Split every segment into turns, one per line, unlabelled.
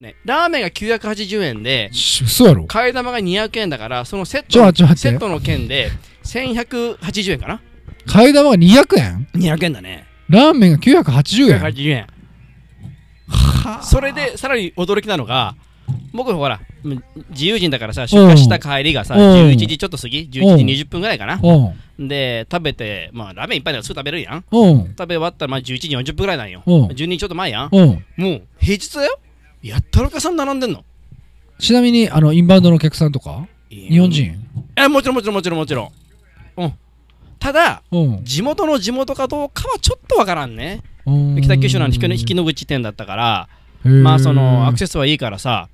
ね、ラーメンが980円で、
し嘘やろ
替え玉が200円だから、そのセッ
ちょ
ト
待って待って
セットの券で、1180円かな
替え玉が200円
?200 円だね。
ラーメンが980円
980円。
は
それで、さらに驚きなのが、僕ほら、うん自由人だからさ、出荷した帰りがさ、
うん
11時ちょっと過ぎ ?11 時
うん
20分ぐらいかな
うん
で、食べて、まあ、ラーメンいっぱいだからすぐ食べるやん。
うん
食べ終わったら、まあ、11時40分ぐらいなんよ。
うん
12時ちょっと前やん。
うん
もう、平日だよやったらかさん並んでんの。
ちなみにあのインバウンドのお客さんとか
日
日本人
えもちろんもちろんもちろんもちろんうんただ
うん
地元の地元かどうかはちょっとわからんね
うん
北九州の引きの引きの口店だったから
へー
まあそのアクセスはいいからさ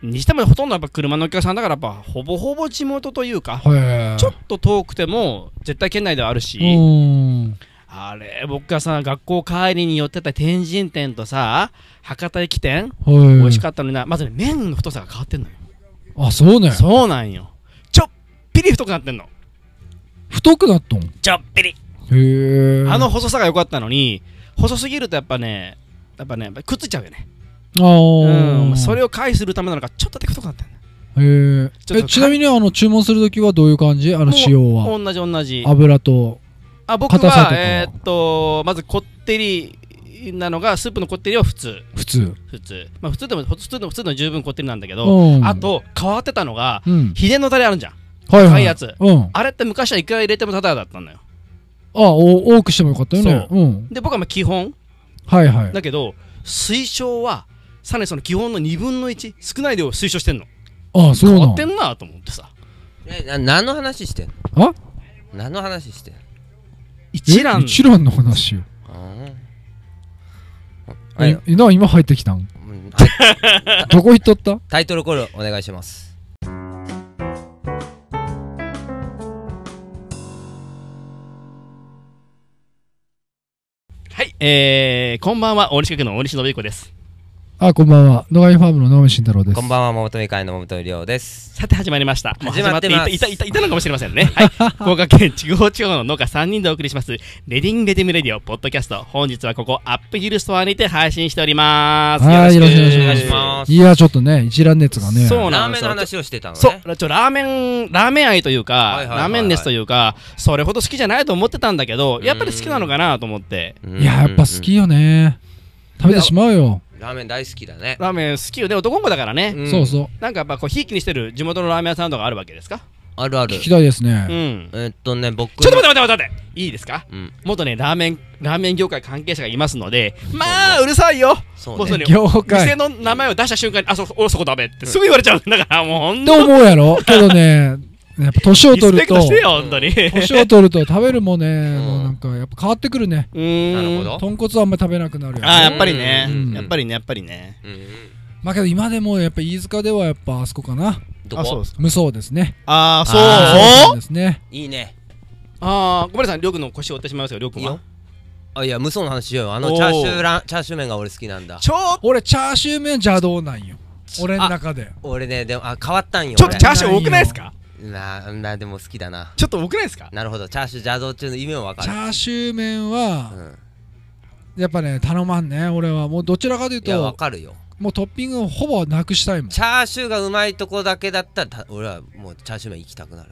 にしてもほとんどやっぱ車のお客さんだからやっぱほぼほぼ地元というか
へー
ちょっと遠くても絶対県内ではあるし、
うん
あれ僕がさ学校帰りに寄ってた天神店とさ博多駅店、美味し
っ
かったのになまずね麺の太さが変わってんのよ、
たあそうね
そうなんよちょっぴり太くなってんの
太くなったん
ちょっぴり
へえ
あの細さが良かったのに細すぎるとやっぱねやっぱねやっぱくっついちゃうよね
あー
うんそれを回避するためなのかちょっとだけ太くなったんだ
へえ
ちょっと
えちなみにあの注文するときはどういう感じあの
もう
仕様は
同じ同じ
油と
あ僕
硬さと
は
かは
えーっとまずこってりなのがスープのこってりは普通
普通
普通まあ普通でも普通でも普通の十分こってりなんだけど
うん
あと変わってたのが
うん
秘伝のタレあるじゃん
はい
高
はいい
やつ
うんあ
あれって昔はいくら入れてもタダだったのよ
お多くしてもよかったよね
そ
うん
で僕はまあ基本
はいはい
だけど推奨はさらにその基本の2分の1少ない量を推奨してんの
あそう
変
な
わ
ん
ってんなと思ってさ
えな何の話してん
あ
何の話してん
一蘭
え一蘭の話よ
ああ
えな今入ってきたん
うん
どこ行っとった
タイトルコールお願いします
はい、えー、こんばんは、大西区の大西信彦です。
あこんばんは野上ファームの野上慎太郎です
こんばんは桃富会の桃富亮です
さて始まりました。もう
始まってます
いたいたいたいたのかもしれませんね。はい、 福岡県地方地方の農家3人でお送りします、レディンレディムレディオポッドキャスト、本日はここアップヒルストアにて配信しております。
はいよろしくお願い
します
いやちょっとね一覧熱がね
そう
ラ
な
ー
んで
メン
す
の
よ。
話をしてたのね
そう、ちょラーメン、ラーメン愛というか、
はいはいはいはい
ラーメン熱というか、それほど好きじゃないと思ってたんだけど、やっぱり好きなのかなと思って、
うん
いややっぱ好きよね食べてしまうよ
うんラーメン大好きだね
ラーメン好きよね、男の子だからね、
ん
そうそう
なんかやっぱこう、ひいきにしてる地元のラーメン屋さんとかあるわけですか。
あるある
聞きたいです
う
ね
ん。
えっとね僕
ちょっと待って待って待って待っていいですか
うん
元ねラーメンラーメン業界関係者がいますのでまあうるさいよ
そう
もう
ね
それ
業
店
界
の名前を出した瞬間にあそおそこダメってすぐ言われちゃうんだからもうほん
と
と
思うやろけどねやっぱ年を
リス
取
ペ
る
ク
と
トしてよほんとにう
年を取ると食べるもんね
うん
なんかやっぱ変わってくるね
ーん
なるほど
豚骨はあんまり食べなくなるよね
あーやっぱりね
うん
やっぱりねやっぱりね
うんうん
まあけど今でもやっぱ飯塚ではやっぱあそこかな
ど
あそう
こ
です
無双ですね
あーそ
無
う
双ですね
いいね
あーごめんなさいりょうくんの腰を折ってしまいますよりょうくん
いい
は
よあいや無双の話しようよあ
お
の
ー
チャーシューランチャーシュー麺が俺好きなんだ
ちょ
俺チャーシュー麺邪道なんよ俺の中で
俺ねでもあ変わったんよ
ちょっとチャーシュー多くないですか
俺ななでも好きだな
ちょっと多くないですか
なるほどチャーシュー邪道中の意味もわか
チ
る
ャーシュー麺
う
は
ん
やっぱね頼まんね俺はもうどちらかという
いやわ
と
かるよ
もうトッピングをほぼなくしたいもん
チャーシューがうまいとこだけだったらた俺はもうチャーシュー麺行きたくなる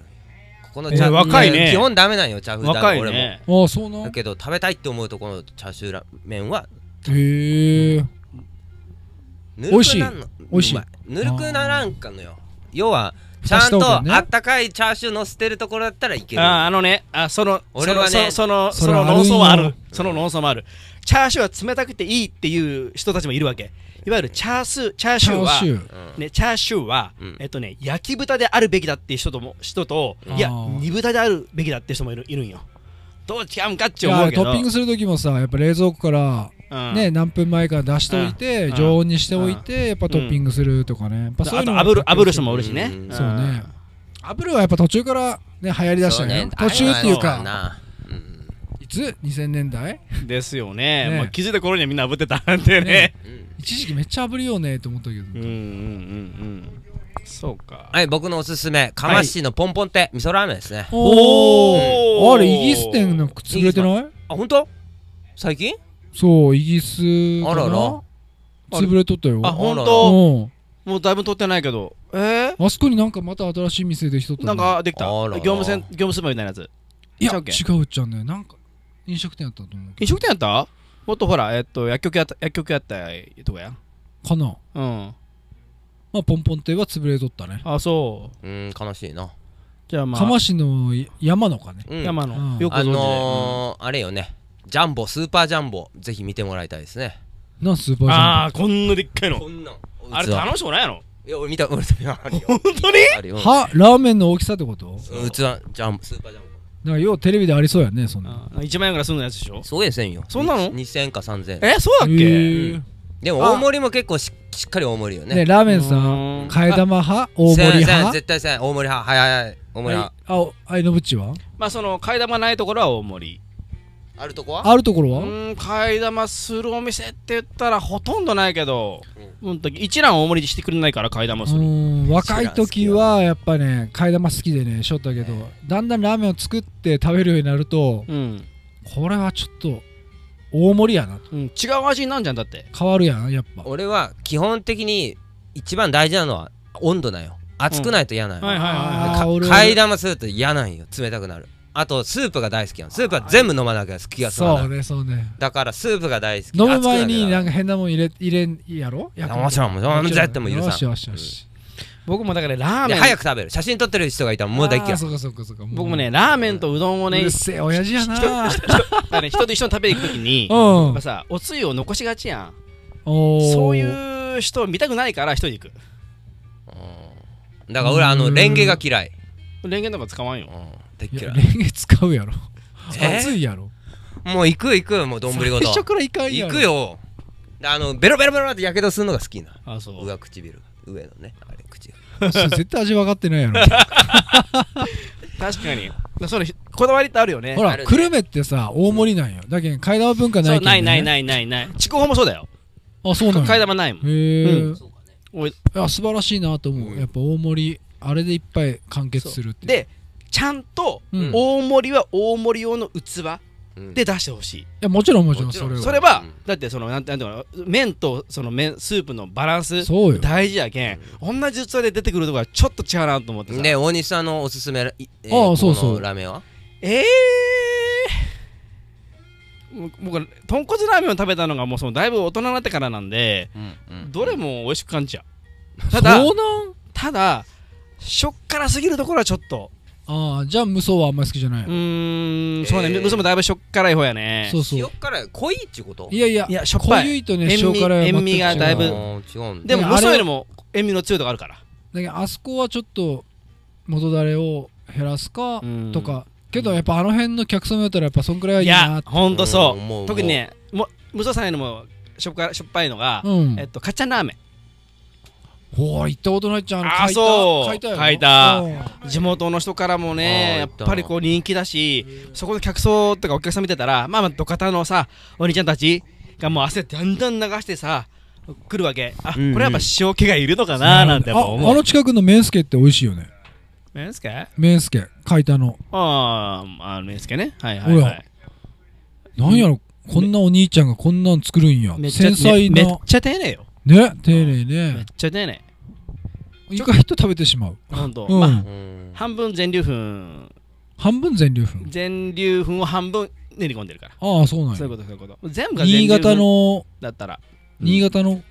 ここのチャー
えー若いね
や基本ダメなんよチャーフー
若い
俺も
ね
ああそうな
だ
ん
けど食べたいって思うとこのチャーシューラ麺は
へえ
ぬ
美
る
味し
く
い
なんの
美味しいう
まぬるくならんかのよ要はち
蓋
ゃん
した
と
方がね
あったかいチャーシューのせてるところだったらいける
あーあのねあその
俺はね
そのそ
それ
のそのその論争
は
もあ
ある
る
よ
その論争もあるチャーシューは冷たくていいっていう人たちもいるわけいわゆるチャースチャーシ
チ
ュー
ャー
は
シュー
うん
ね、チャーシューは、
うん
えっとね、焼き豚であるべきだっていう人とも人といや
あー
煮豚であるべきだっていう人もいるいるんよどう違うんかって
い
思う
や
け
ト
ど
ッピングする時もさやっぱ冷蔵庫から
うん
ね、何分前から出しておいて、
うん
常温にしておいて、やっぱトッピングするとかね、やっぱそうい
あ
うの
と
も
あぶる炙る人もお
多い
るしね、
うん
そうね炙るはやっぱ途中からね流行りだしたね途中っていう
あれは
か
なうん
いつ2000年代
うんですよね
ね
まあ、気づいた頃にはみんな炙ってたんでね
うん
一時期めっちゃ炙るよねって思ったけど、
うんうんうんうんそうか
はい僕のおすすめかましのポンポン亭味噌ラーメンですね
おー
あれイギリス店なんか潰れてない
あ本当最近
そうイギリスかな
あらら
あれ
潰れとったよ
あ、
う
本
あ
当。
ん
もうだいぶ撮ってないけど。えー
あそこになんかまた新しい店できとったね
なんかできた。
あらら
業務線業務スーパーみたいなやつ。
いや
ちゃうけ
違うっちゃうねなんか飲食店やったと思うけ
飲食店やった？もっとほらえっと薬局やった薬局やったとこや。
どかな
うん。
まあポンポン亭は潰れとったね
あ、そう。
うーん悲しいな
じゃあまあ。
釜市の山のかね
うん
山
う
の
ん
よくご
あ
存知で。
のーあれよねジャンボスーパージャンボぜひ見てもらいたいですね
なんスーパ
うん
ージ
あ
ャ
あこんなでっかいの。
んなん
あれ楽しくないやろ。
いや俺見た俺見たあるよ
本当に？
あるよ
ンプはラーメンの大きさってこと
器ジャンボスーパージャンボ
なんかようテレビでありそうやねそんな
うん一万円ぐらいするのやつでしょ。
そうやせんよ
そんなの
2000円か3000円
え、そうだっけ？
へえ
でも大盛りも結構ししっかり大盛りよね
ねラーメンさ
うんん
替え玉派大盛り
せんせん
派
絶対せん大盛り派はいはいはい大盛り
あ
派
ああいのぶちは
まあその替え玉ないところは大盛り。
あるとこは
あるところ
う
は
ーん替え玉するお店って言ったらほとんどないけど、うん、一蘭大盛りしてくれないから替え玉す
う
る
ん若い時はやっぱね替え玉好きでねしょったけどだんだんラーメンを作って食べるようになると
うん、
これはちょっと大盛りやな
うん、違う味になんじゃんだって
変わるやんやっぱ
俺は基本的に一番大事なのは温度なんよ熱くないと嫌なんよ、
はいはいはい
あ
は
ー
か
俺
替え玉すると嫌なんよ冷たくなるあとスープが大好きやんスープは全部飲まなきゃ気が済まな
そ
いう
ねそうね
だからスープが大好き
飲む前になんか
か
変なもん入れ入れんやろや
もちろんもちろん絶対もう許
よ
さ
し
ん
よしよし
僕もだからラー
で
メン
早く食べる写真撮ってる人がいたらもう大
あー
嫌い
そうかそうかそうか
僕もねラーメンとうどんを
う
ね
るせえ親父やな
あ の人と一緒に食べに行く時にや
う
っ
ん
ぱさおつゆを残しがちやん
おー
そういう人を見たくないから一人で行く
うんだから俺あのレンゲが嫌い、
レンゲとか使わん
う
よ
ん、大
い
嫌
や
い
レンゲ使うやろ
え
熱いやろ
もう行く行くもう丼ご
最初
と
からいかんや
行
ろ
くよであのベロベロベロってやけどするのが好きな
あそう
上唇上のねあれ口が
それ絶対味分かってないやろ
確かにだそれこだわりってあるよね
ほ
あ
ら
るね
久留米ってさ大盛りなんよだけど替え玉文化な
そ
いうけど
ないない
い
ないないない筑豊もそうだよ
あそうなんや
替え玉ないもん
へ
う
え
んおい
素晴らしいなと思
う
うんやっぱ大盛りあれでいっぱい完結するっていう
でちゃんと
うん
大盛りは大盛り用の器
うん
で出してほしい、
いやもちろんもちろん
もち
そ
ろん
れは
それは、
うん
だってそのなんてなんていうの麺とその麺スープのバランス
そうよ
大事やけん、同じ器で出てくるとこはちょっと違うなと思ってさ、
で大西さんのおすすめいえー
ああそう
ここ
そ
の
う
ラーメンは
ええー、僕僕豚骨ラーメンを食べたのがもうそのだいぶ大人になってからなんで、どれも美味しく 感じちゃうただ
そうなん
ただしょっからすぎるところはちょっと
ああじゃあ無双はあんまり好きじゃないうの
ーん、そうね
えー
娘もだいぶしょっからい方やね
そうそう
塩辛い濃いっちゅうこと
いやいや
いやしょっぱい
濃ゆいとね
塩
塩
味
辛は全く違う
塩味がだいぶ
あー違うんだ
でも
ねあれ
娘よりも塩味の強いとこあるから
だけどあそこはちょっと元だれを減らすか
うん
とかけどやっぱあの辺の客層だったらやっぱそんくらいはい
い
いな
や
っ、て
ほんとそ
うん思う
う。特にね、も無双さんよりもしょっぱいしょっぱいのが、
うん
えっと、カッチャンラーメ
おお行ったことないっちゃん
あ
書いた
そう
書いたよ
書いた
うん
ン。地元の人からもね、や
あー
っぱりこう人気だし、そこの客層とかお客さん見てたら、まあまあ、土方のさ、お兄ちゃんたちがもう汗だんだん流してさ、来るわけ。あ、
うんうん
これやっぱ塩気がいるのかななんてやっぱ
あ
思
あ
う。
の近くのメンスケって美味しいよね
メンスケあ
メンスケ書いたの
あー、あのメンスケね。はいはいはい。
なんやろこんなお兄ちゃんがこんなん作るんや
めっちゃ
繊細
めめっ
な
ちゃ丁寧よ。
ね丁寧
めっ
ね
ちゃ丁寧。
意外と食べてしまう
ほんと。
う
まあ、
ん
うん
半分全粒粉、
半分全粒粉
全粒粉を半分練り込んでるから。
ああそうなん
そうい
や
うことそういうこと全部が
新潟の
だったら
新潟の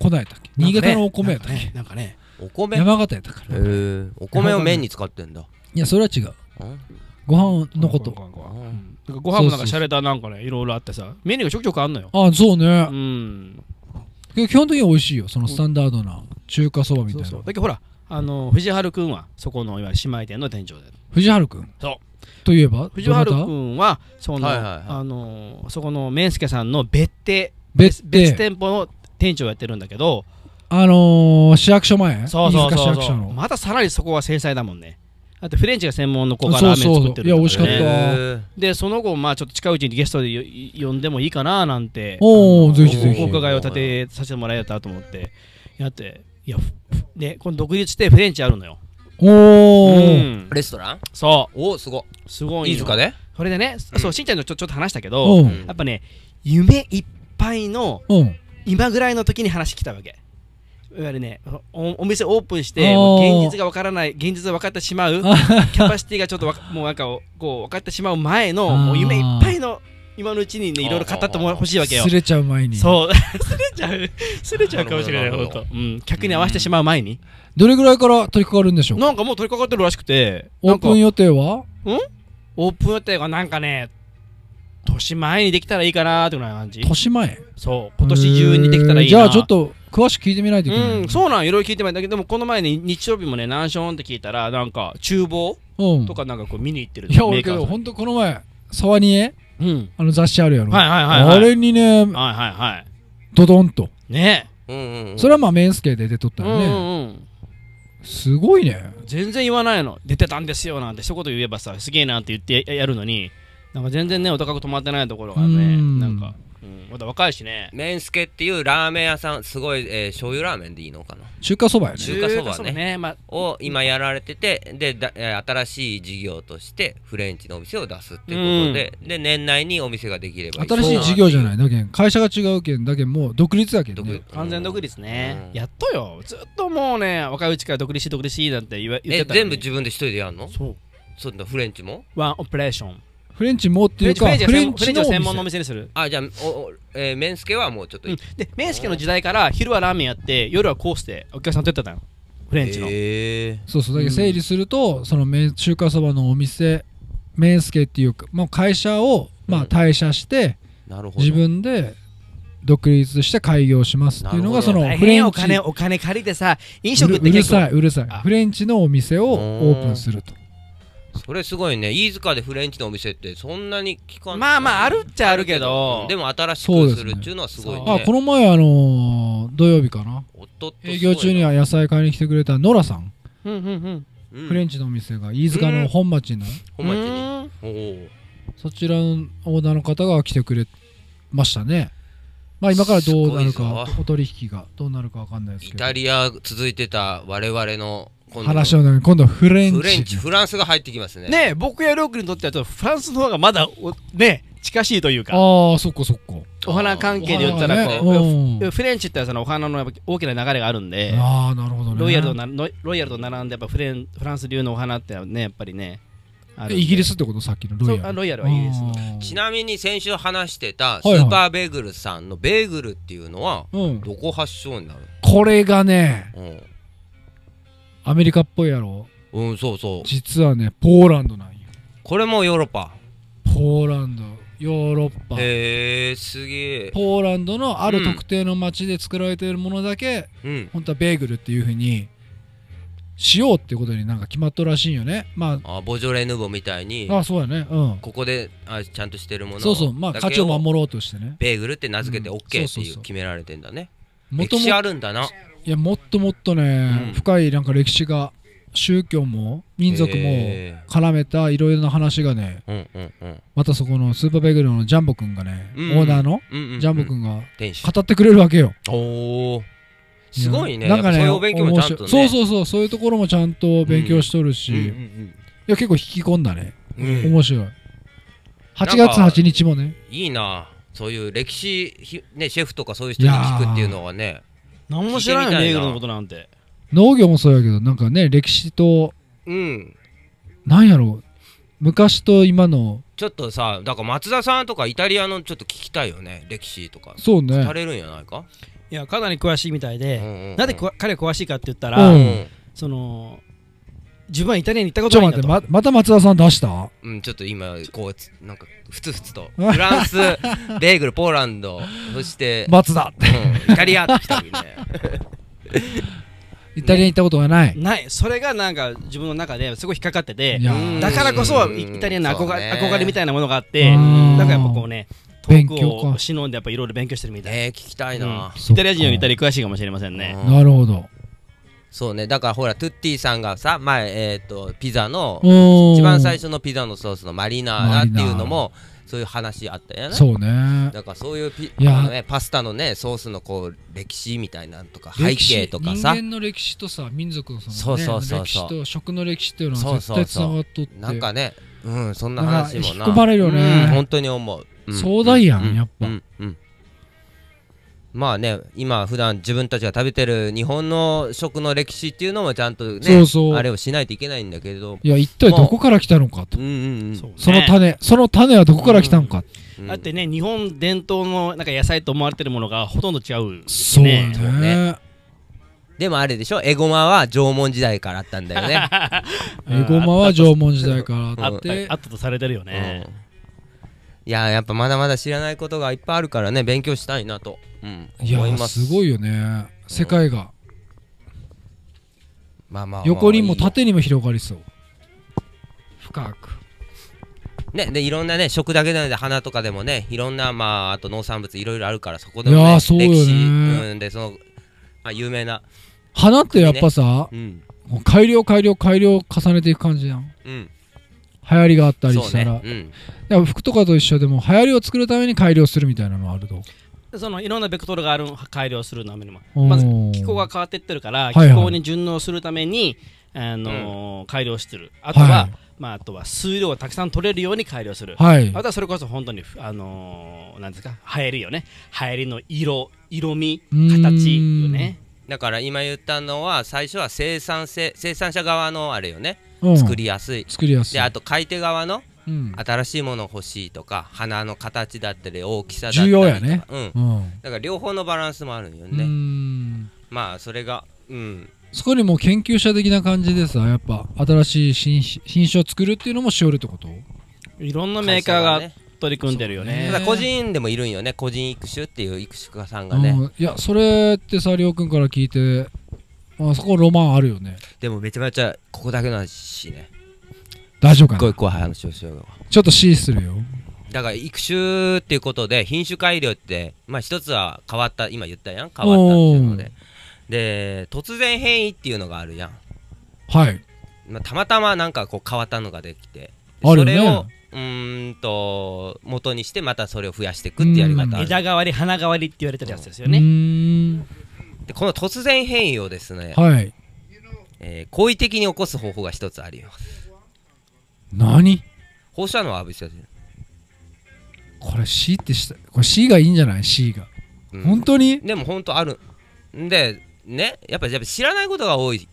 粉やったっけ新潟のお米やったっけ
なんかね
お米へ
山形やったから
えお米を麺に使ってんだ
いやそれは違うんご飯のこと
うん
ご飯もなんか洒落たなんかねいろいろあってさメニューがちょくちょくあんのよ
あそうね
うん
けど基本的に美味しいよそのスタンダードな中華そばみ
そ
たいうな
そうだけどほらあの藤原くんはそこのいわゆる姉妹店の店長で
藤原君
そう
といえば
藤原
どな
く
た
んはその
はいはいはい
あのそこのメンスケさんの別邸
別
別
で
店舗の店長をやってるんだけど
あのー市役所前
そうそう
飯塚
そう
市役
そ
所
う
の
またさらにそこは繊細だもんねあとフレンチが専門の子が
そ
ラ
う
ーメン
そう
作ってるんだけどね
いや美味しかった
へえ
でその後まあちょっと近いうちにゲストでよい呼んでもいいかななんて
おーぜひぜ
お
ひ
お伺いを立てさせてもらえたらと思ってやっていやふふでこの独立してフレンチあるのよ
お
う
お
ん
レストラン
そ
おおすごいう
すごい
飯
よ
塚で
それでねそうしんちゃんとちょちょっと話したけど
う
うんん
やっぱね夢いっぱいの
うん
今ぐらいの時に話来たわけいわゆるねおお店オープンし
お
て
ー
もう現実が分からない現実が分かってしまうキャパシティがちょっとわかもうなんかこう分かってしまう前の
あー
もう夢いっぱいの今のうちにねいろいろ語ってもほしいわけよ
すれちゃう前に
そう すれちゃうすれちゃうかもしれない
なる
本
ほど
当うん客に合わせてしまう前に
どれぐらいから取り掛かるんでしょう
なんかもう取り掛かってるらしくて
オ
な
ー
んか
プン予定は
オープン予定がなんかね年前にできたらいいかなーってぐらいな感じ
年前
そう今年中にできたらいいな
へーじゃあちょっと詳しく聞いてみないといけない
うんそうなんいろいろ聞いてもらったけどでもこの前に日曜日もねナンションって聞いたらなんか厨房
うん
とかなんかこう見に行ってる
いや俺け
メー
ど
カー
ほんとこの前沢にえ
さんうん
あの雑誌あるやろ
はいはいはいはい
あれにね
はいはいは
ドドンと
いね
うんうんうん
それはまあメンスケで出とった
うん
よ
う
ね
んうん
すごいね
全然言わないの出てたんですよなんて一言言えばさすげえなって言ってややるのになんか全然ねお高く止まってないところが
う
ね
ん
なんかうんまだ若いしね
メンスケっていうラーメン屋さんすごい、えー醤油ラーメンでいいのかな
中華そばやね
中華そばね
まあ
を今やられててでだえー新しい事業としてフレンチのお店を出すっていうことで、で年内にお店ができればいい
新しい事業じゃ
い
ないだけん会社が違うけんだけんもう独立やけん
独
ね
立
完全独立ね、
うん
やっとよずっともうね若いうちから独立し独立しなんて言わ言っ
え
てたの
全
に
部自分で一人でやるの
そう
そんなフレンチも
ワンオペレーション
フレンチもって
フレン
いう
チフ
か
レンチ
フ
フレ
レンチ
ンチ
の
を
お
専門のお店
店
にする、
あじゃあおお、えー、メンスケはもうちょっと、
うん、で面識の時代から昼はラーメンやって夜はコースでお客さんとやってたのフレンチの、
え
そうそうだけど整理するとその麺中華そばのお店メンスケっていうかもう会社をまあ
うん
退社して
なるほど
自分で独立して開業しますっていうのが
な
そ
るほど
の
大
フ
変
レ
よ
ン
お
チ
金お金借りてさ飲
う
食
る
って
うる
結
さ
構
いうるさい
あ
フレンチのお店をオープンすると
それすごいね飯塚でフレンチのお店ってそんなに聞かん
まあまああるっちゃあるけど
うんでも新し
そうで
く
すね
するっていうのはすごいね
あこの前あのー土曜日かな
おっとっとすごいな
営業中には野菜買いに来てくれたノラさん
うんうんうん
うん
フレンチのお店が飯塚の本町の
本町に
うーん
おお
そちらのオーナーの方が来てくれましたね。まあ今からどうなる
すごい
か
ぞ、
お取引がどうなるかわかんないです
イ
けど
タ。リア続いてた我々の今度
話の中に今度はフレンチ。
フレンチフランスが入ってきますね
ねえ僕やロークにとってはちょっとフランスの方がまだおね近しいというか
ああ、そっかそっか。
お花関係で言った
あ
ら
ー
こ
ね
う
うん
フレンチってのはそのお花のやっぱ大きな流れがあるんで
ああ、なるほどね。
ロイヤルとなロイロイヤルと並んでやっぱフレンフランス流のお花ってのはねやっぱりねある
えイギリスってことさっきのロ
そ
イ
う
ヤ
あ
ル。
ロイヤルはイギリスの
あー
ちなみに先週話してた
い
ス
はい
ーパーベーグルさんのベーグルっていうのは
うん。
どこ発祥になる
これがね、アメリカっぽいやろ。
うん、うん、そうそう
実はね、ポーランドなんよ。
これもヨーロッパ
ポーランド、ヨーロッパ。
へえー、すげえ
ポーランドのある特定の町で作られているものだけ、
うん
本当はベーグルっていうふうにしようってことになんか決まっとるらしいんよねま
あボジョレ・ヌーボーみたいに
ああそうやねうん
ここであちゃんとしてるもの
そうそうまあ
だけ
価値を守ろうとしてね
ベーグルって名付けて
うん
OK って
そうそう
い
そう
う決められてんだね、
もと
歴
も
史あるんだない
やもっともっとね、
うん
深いなんか歴史が宗教も民族も
へー
絡めたいろいろな話がね
うんうんうん
またそこのスーパーベーグルのジャンボくんがね、
うん
オーナーの
うんうんうん
ジャンボくんが
天使
語ってくれるわけよ、
おおすごいね
な
なんん
か
か
ね
ねそういうお勉強もちゃんとね
面白いそうそうそうそういうところもちゃんと勉強しとるし、
うん
いや結構引き込んだね、
うんうんうん
面白い8月8日もね
いいなそういう歴史ひねシェフとかそういう人に聞くっていうのはね
何も知らないよ
聞い
ベ
てみた
ーグ
いな
ルのことなんて
農業もそうやけどなんかね歴史と
うん
なんやろう昔と今の
ちょっとさだから松田さんとかイタリアのちょっと聞きたいよね歴史とか
そう
さ
ね
れるんじゃないか、
いやかなり詳しいみたいで、な
なん
で
こ
こわ彼が詳しいかって言った
う
ら、
ん
その自分はイタリアに行ったこ
ちょ
と
っ
ない
と
ん
待
だ
って
と。
ままた松田さん出した
うん、ちょっと今こうつなんかふつふつとフランスベーグルポーランドそして、
松田
うんイタリアって来たよね
イタリアに行ったことがない、
ないそれがなんか自分の中ですごい引っかかってて
いや
うん
だからこそ
うん
イイタリアの憧,、
そうね
憧れみたいなものがあってだ
うん
からやっぱこうね
勉
遠
強
く
か
を忍んでやっぱいろいろ勉強してるみたい、
ね聞きたいな、
そっか
イタリア人よりイタリア詳しいかもしれませんね、
うん
なるほど
そうねだからほらトゥッティさんがさ前えっ、とピザの
一
一番最初のピザのソースのマリナーっていうのもそういう話あったよね
そうね
だからそういうピ
いや
あのね、パスタのねソースのこう歴史みたいなんとか背景とか
歴史人
さ
間の歴史とさ民族のその、ね、
そうそうそうそう
歴史と食の歴史っていうのは絶対つながっとって
なんかねうんそんな
なんか
話
引き
もな
込まれるよ
うん
ね、
本当に思う、うん
壮大やん
う
やっぱ
うんうんまあね今普段自分たちが食べてる日本の食の歴史っていうのもちゃんとね
そうそう
あれをしないといけないんだけれど
いや一体どこから来たのかと
うんうんうん
そうね
その種、その種はどこから来たのか、
うん
だってね日本伝統のなんか野菜と思われてるものがほとんど違うし
そう
ね
ね
そうねでもあれでしょエゴマは縄文時代からあったんだよね
うん
エゴマは縄文時代から
あ
あっ
ってたあったとされてるよね
うんいややっぱまだまだ知らないことがいっぱいあるからね勉強したいなと、うん、
いや
思い
ー
ます
すごいよね世界が、
まあまあまあ
横にも
いいよ
縦にも広がりそう深く
ねでいろんなね食だけじゃなくて花とかでもねいろんなまああと農産物いろいろあるからそこでも、
いや
ね
ー、そうよね
歴史、うん、でその、まあ、有名な
花ってやっぱさ、
うん
もう改良改良改良を重ねていく感じやん
うん
流行りがあったり
そう
した
ね
ら、
うん
だから服とかと一緒でも流行りを作るために改良するみたいなのはあると
そのいろんなベクトルがある改良するためにも
うん
まず気候が変わってってるから
いはい
気候に順応するためにあのー改良してるあと
は
はいまああとは数量をたくさん取れるように改良する
はい
あとはそれこそ本当にあのーなんですか流行りよね流行りの色色味
うーん
形よね
だから今言ったのは最初は生産性生産者側のあれよね
うん
作りやすい、
作りやすい
であと買い手側の
うん
新しいもの欲しいとか花の形だったり大きさだったり
重
とか
要やね
うん
うん
だから両方のバランスもあるんよ
うー
ね、
ん
まあそれがうん
そこにもう研究者的な感じでさやっぱ新しい新種品種を作るっていうのもしおるってこと
いろんなメーカーが
会社ね
取り組んでるよ
そう
ね
ただ個人でもいるんよね個人育種っていう育種家さんがね、
うん、いやそれってさりょうくんから聞いてあそこロマンあるよね
でもめちゃめちゃここだけの話しね
大丈夫
すっ
か
ご
ない
怖い話をしようよ
ちょっと C するよ
だから育種っていうことで品種改良ってまあ一つは変わった今言ったやん変わったっていうのでで突然変異っていうのがあるやん、
はい
まあ、たまたまなんかこう変わったのができてで
ある
そ
よね
れをうーんと元にしてまたそれを増やしていくってやり方ある
枝代わり花代わりって言われてるやつですよ
う
ね
ーん
でこの突然変異をですね、
はい
えー好意的に起こす方法が一つあります
何
放射能を浴びせる、
これ C ってしたこれ C がいいんじゃない C が、
うん
本当に
でも本当あるんでねやっぱやっぱ知らないことが多い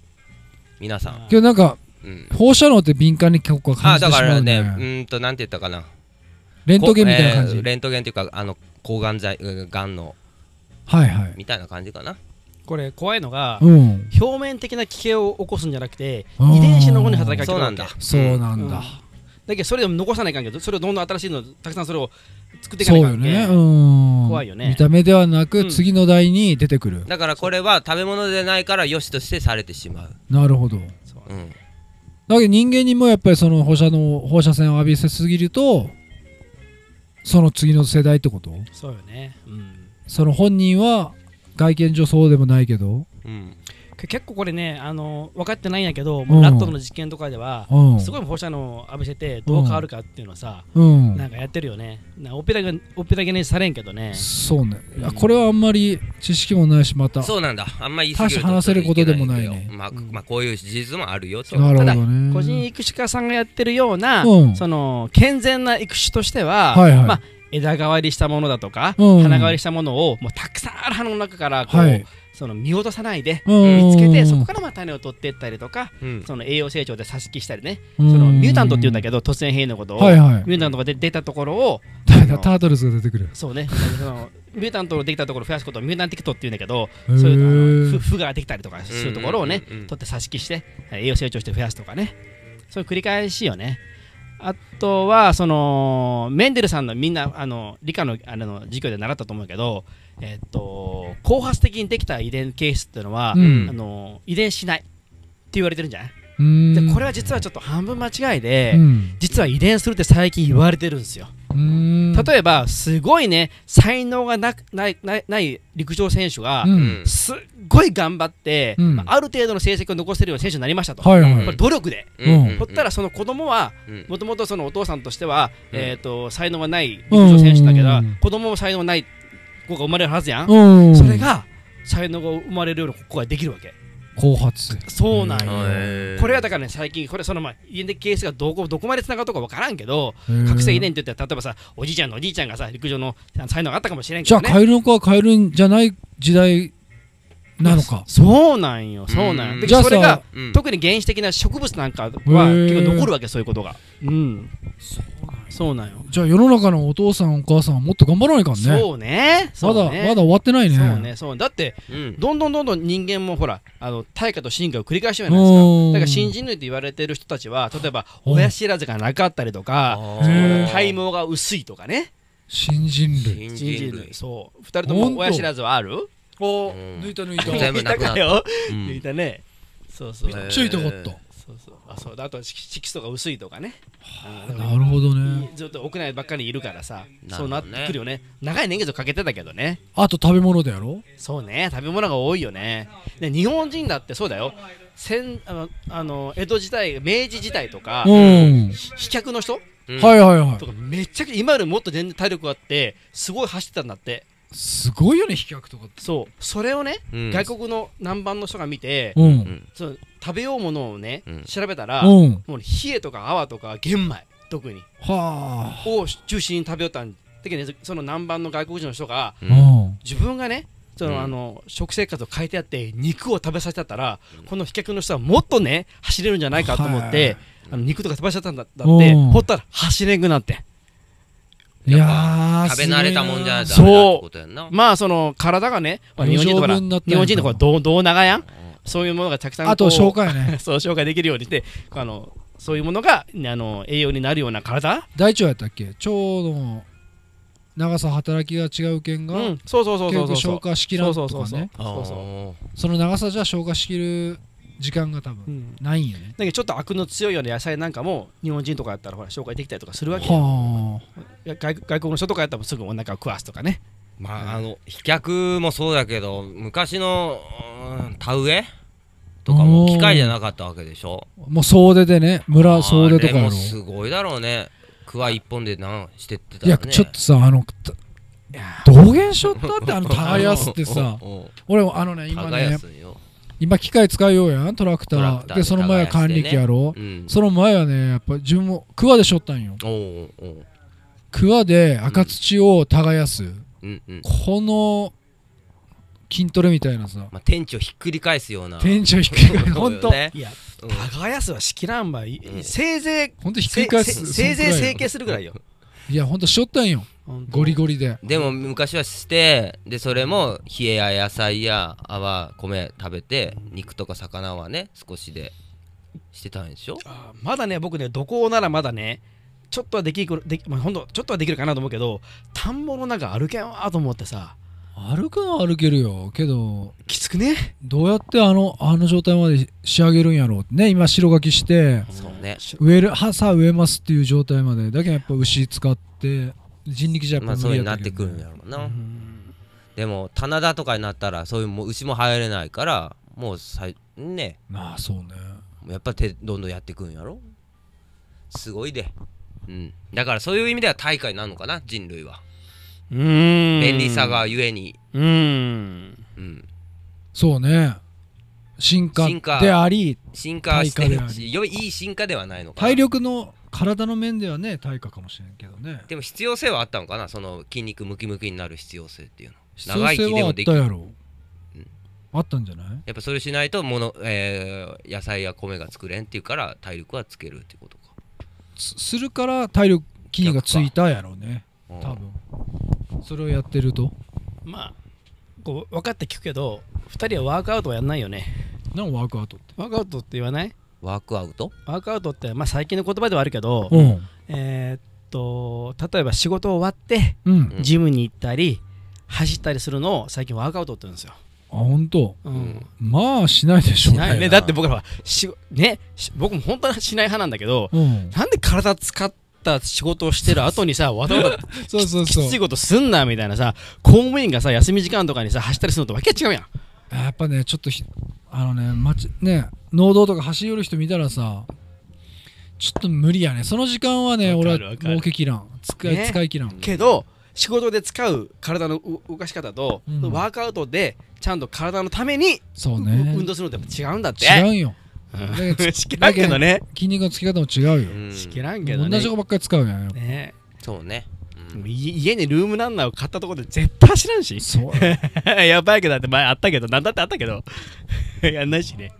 皆さん、
けどなんか
うん、
放射能って敏感に結構
あ
感じ
だ
てし
か
ま
ら
う
ね
ね
うーんとなんて言ったかな
レントゲンみたいな感じ、
こえーレントゲンっていうかあの抗がん剤うんがんの
はいはい
みたいな感じかな
これ怖いのが
うん
表面的な危険を起こすんじゃなくて
あー
遺伝子の方に働きかけ
そう
るわ
な
け
んだ
そうなんだ、
うんだけどそれでも残さないかんけどそれをどんどん新しいのたくさんそれを作っていか
そ
な
う
いか
よ
ん
ね
け
うん
怖いよね
見た目ではな
う
く
ん
次の代に出てくる、
だからこれは食べ物でないから良しとしてされてしまう、
なるほど
そう
うん、
だけど人間にもやっぱりその放射能放射線を浴びせすぎるとその次の世代ってこと
そうよね、うん、
その本人は外見上そうでもないけど
うん、
け結構これねあの分かってないんやけどもうラットの実験とかでは
うん
すごい放射能を浴びせてどう変わるかっていうのをさ
うん
なんかやってるよねなオペラがオペラゲにされんけどね
そうねいやこれはあんまり知識もないしまた
そうなんだあんまり言い過ぎ
大し
る
て話せることでもないね
ちょっとけんだけどまあ、
うん
まあこういう事実もあるよと
なるほど
ただ
ね
個人育種家さんがやってるような、
うん
その健全な育種としては、
はいはい
まあ、枝代わりしたものだとか、
うん
花代わりしたものをもうたくさんある花の中からこう、
はい
その見落とさないで
うん
見つけてそこからまあ種を取っていったりとか
うん
その栄養成長で差し引きしたりね、
そ
そのミュータントっていうんだ
け
けど突然変異のことを、
はいはい
ミュータントが出出たところを
タ
あの
ートルズが出てくる
そうねそのミュータントのできたところを増やすことをミュータンティクトっていうんだけど
へー
そういうあのふ負ができたりとかするところをね、
うんうんうんうん
取って差し引きして栄養成長して増やすとかねそういう繰り返しよねあとはそのメンデルさんのみんなあの理科のあの授業で習ったと思うけど、えっと後発的にできた遺伝形質っていうのは、
うん
あの遺伝しないって言われてるんじゃない、
で
でこれは実はちょっと半分間違いで、
うん
実は遺伝するって最近言われてるんですよ
うん
例えばすごいね才能がなくないないない陸上選手が、
うん
うん
すっごい頑張って、
うん
まあ、ある程度の成績を残せるような選手になりましたと、
はい
こ
は
れ
い
努力で、
うん
うん
ほったらその子供は
うん
もともとそのお父さんとしては、
うん
えー、と才能がない陸上選手だけど、
うん
子供も才能ない子が生まれるはずやん、
うん
それが才能が生まれるような子ができるわけ
後発性
そうなんよ、
へー
これはだからね最近これそのまあ遺伝的ケースがどこどこまでつながるとかわからんけど覚醒遺伝って言ったら例えばさおじいちゃんのおじいちゃんがさ陸上のあの才能があったかもしれんけ
じ
ど
ゃあ
ね
カエルの子はカエルじゃない時代なのか
そうなんよそうなん
う
よ
ん
で
じゃあさ
それが
うん
特に原始的な植物なんかは結
ー
構残るわけそういうことがうんそうなんよ
じゃあ世の中のお父さんお母さんはもっと頑張らないからね
そうねそ
ま
うね
だまだ終わってないね
そうねそうだって
うん
どんどんどんどん人間もほらあの対価と進化を繰り返してる
う
じゃないですか
ん
だから新人類って言われてる人たちは例えば親知らずがなかったりとか
ーへー
体毛が薄いとかね
新人
新
類
新
人
人類
類そう二人とも親知らずはある
お
うん
いた抜い
全部なくな
た
っ
かよ
う
抜い
ん
たねそうそう
めっちゃ痛かった、
そうそうあそうだあとは色素が薄いとかね
なるほどね
ずっと屋内ばっかりいるからさ
な
そ
る
う
ほどね
なってくるよね長い年月をかけてたけどね
あと食べ物だやろ
そうね食べ物が多いよねで日本人だってそうだよ戦あのあの江戸時代明治時代とか
うん
飛脚の人
うん
はいはいは
とかめちゃくちゃ今よりもっと全然体力があってすごい走ってたんだって
いすごいよね飛脚とか
そうそれをね
うん
外国の南蛮の人が見て
うん
そう食べようものをね
うん
調べたらも
うん
うね冷えとか泡とか玄米特に
はあ
を中心に食べよったんだけどねその南蛮の外国人の人が
う
うんん
自分がねその、
うん
あの食生活を変えてやって肉を食べさせてたら、この飛脚の人はもっとね走れるんじゃないかと思って、あの肉とか食べさせたんだだって
うん
ほったら走れんくなって
いやー
食べ慣れたもんじゃダメだっ
す
て
ごいな
ことやんな
まあその体がね、まあ、日本人とか
養
ら
分になったん
日
や
本人とかどうどう長やんそういうものがたくさんこう
あと消化やね
そう消化できるようにしてあのそういうものがあの栄養になるような体、
大腸やったっけ腸の長さ働きが違う県
う
が、
ん、そうそうそう
結
そうそうそ
構消
う
化しきらんと
そう
か
そうそう
ね
そうそ
その長さじゃ消化しきる時間が多
う、う
分
ん、
ないんよね
だけどちょっとアクの強いような野菜なんかも日本人とかやったらほら紹介できたりとかするわけよ
はあ
外外国の人とかやったらすぐお腹を食わすとかね
まああの飛脚もそうだけど昔のうん田植えとかも機械じゃなかったわけでしょ
もう総出でね村総出とか
あれ
やろ
もすごいだろうねクワ一本でなんしてってた
い
ら
や
ね
ちょっとさあのたどげんしょったってあ の耕すってさ
おうおう
俺もあのね今ね
耕すんよ
今機械使いようやんトラクタ
トラ
ー
クター
で
で
その前は管理機やろ、
うん
その前はねやっぱ自分も桑でしょったんよ
おうおうおう
桑で赤土を耕す、
うんうん
この筋トレみたいなさ
まあ店長ひっくり返すような
天井低い ほんと
そうよね
いや
うん
耕すはしきらんばい、
うん
せいぜ
ほんと
い
ひっくり返
せ
す
せいぜい
そん
整
くらよ
形するぐらいよ
いやほんとしょったんよゴリゴリで
でも昔はしてでそれも冷えや野菜や泡米食べて肉とか魚はね少しでしてたんでしょ
あーまだね僕ねどこならまだねちょっとはできるでき、まあ、ほんとちょっとはできるかなと思うけど田んぼの中歩けんわと思ってさ
歩くのは歩けるよけど
きつくね
どうやってあのあの状態まで仕上げるんやろうってね今白柿して
そうね
植えるはさあ植えますっていう状態までだけどやっぱ牛使って人力じゃやっ
ま
ぱ
あそ
無
う
理
い
や
うな
た
っ
け
て
どね
くるんやろうな、
うん
でも棚田とかになったらそういうもう牛も入れないからもうさいね
まあそうね
やっぱ手どんどんやってくんやろすごいでうんだからそういう意味では大会なのかな人類は便
便
利さがゆえに
うん
うん
そうね進化
進化
であり
進化して
大化であ
る
り
し良いいい進化ではないのかな
体力の体の面ではね対価かもしれんけどね
でも必要性はあったのかなその筋肉ムキムキになる必要性っていうの
必要
長生き
性
で
はあ
も
っ
でき
た
る
やろ
うん
あったんじゃない
やっぱそれしないともの、えー野菜や米が作れんっていうから体力はつけるってことか
すするから体力筋肉がついたやろうね
うん
多分それをやってると
まあこう分かって聞くけど2人はワークアウトはやんないよね
なんワークアウトって
ワークアウトって言わない
ワークアウト
ワークアウトって、まあ、最近の言葉ではあるけど、
うん
えーっと例えば仕事終わって
うんあ
うん
ジムに行ったり走ったりするのを最近ワークアウトって言うんですよ、
本当
う
うん
まあしないでしょう
しないよ
しない
ね
な
だって僕らはしねし僕も本当はしない派なんだけど
うん
なんで体使った仕事をしてる後にさわざわざ
そうそう
き
そう
ついことすんなみたいなさ公務員がさ休み時間とかにさ走ったりするのとわけ違うやん
やっぱねちょっとひあのね街ね農道とか走り寄る人見たらさちょっと無理やねその時間はね
わ
俺
か
は
るわかる
儲けきらん使い,、
ね
使いきらん
けど仕事で使う体のう動かし方と、
うん
ワークアウトでちゃんと体のために
そう
う
ね
運動するのってやっぱ違うんだって
違うんよ
うん
だ けど
知らんけどね
筋肉のつき方も違うよ、
うん
知らんけどね
同じとこばっかり使うやんよ
ね
そうね、う
で
ん
も家家にルームランナーを買ったところで絶対走らんし
そうい
やばいけどだって前あったけどなんだってあったけど やんないしね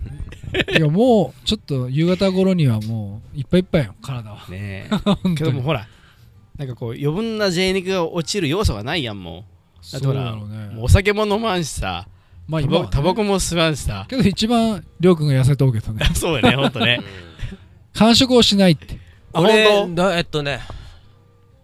やもうちょっと夕方頃にはもういっぱいいっぱいよ体は
ね
本
け
当
ども
に
ほらなんかこう余分な贅肉が落ちる要素がないやんもだって
そ
ほ
う
ら
だろうね
うもうお酒も飲まんしさ
まあ
タ
今
バ
はね
タバコも吸わんしさ
けど一番りょうくんが痩せとうけどね
そうよねほんとね
完食をしないって
あ
俺
本
だえっとね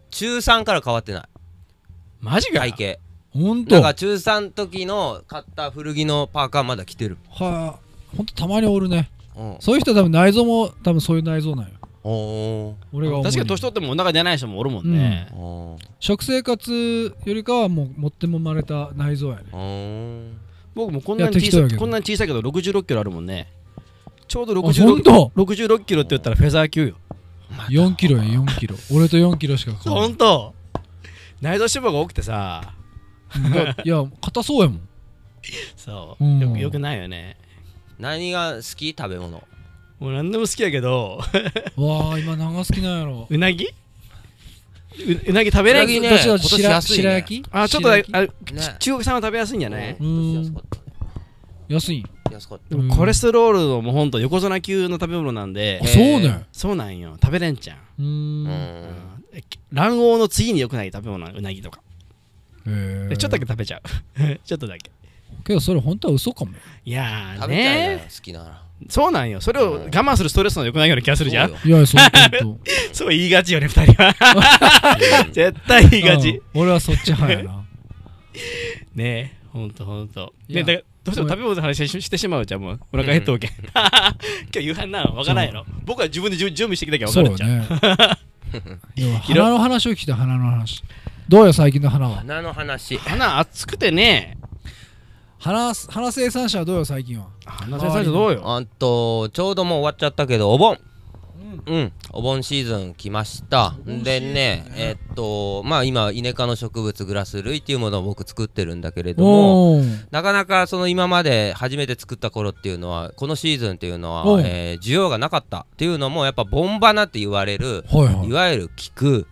中3から変わってな
マジ
い
か
体型
本当
だか
は
ら中3時の買った古着のパーカーまだ着てる
あ本当たまにおるね
うん
そういう人は多分内臓も多分そういう内臓なんよ
おー
俺が思うに
確かに年取ってもお腹出ない人もおるもんね、
おー
食生活よりかはもう持ってもまれた内臓やね
おー
僕もこんなに
いや適当
小さ
やけ
い
ど
こんなに小さいけど66キロあるもんねちょうど
あ本当
66キロって言ったらフェザー級よ
4キロや4キロ俺と4キロしか変わら
本当内臓脂肪が多くてさ
ないいや硬そうやもん
そう、
うん
よくよくないよね
何が好き食べ物
もう何でも好きやけど
わあ今長好きなんやろ
うなぎううなぎ食べな
うなぎ
い
ね
私は
今年
白
安いね
白焼き
あちょっとだけ
白
あ
ね
中国産は食べやすいんじゃない、
う
今
ん
年安かったね
焼き安い
安かっ
で
うん
もコレステロールのもうほんと横綱級の食べ物なんで
あそうね
そうなんよ食べれんちゃん、
うー
たうんん
え卵黄の次に良くない食べ物なのうなぎとか
へ
で
え
ちょっとだけ食べちゃう ちょっとだけ
けどそれ本当は嘘かも
いやー
食べたいな
ね
よ好きなら
そうなんよそれを我慢するストレスの方が良くないような気がするじゃん
そうよ
いやそう本
そう言いがちよね二人は絶対
当
言いがち
うん俺はそっち派やな
ねえほんとほんと
い
ね
や
だからどうしても食べ物の話ししてしまうじゃんもうお腹減っとうけん 今日夕飯なの分からんやろ僕は自分で準準備してきたけん分か
そう
る
よ
んじゃん
ね いや花の話を聞きたい花の話どうよ最近の花は
花の話
花熱くてね
花花生産者はどうよ最近は
花先生どうよ
あんとちょうどもう終わっちゃったけどお盆
うん
うんお盆シーズン来ました
お盆シーズン
で
ね
ねえっとまあ今イネ科の植物グラス類っていうものを僕作ってるんだけれども
おー
なかなかその今まで初めて作った頃っていうのはこのシーズンっていうのは
おう、
えー需要がなかったっていうのもやっぱボンバナって言われる
はいはい
いわゆる菊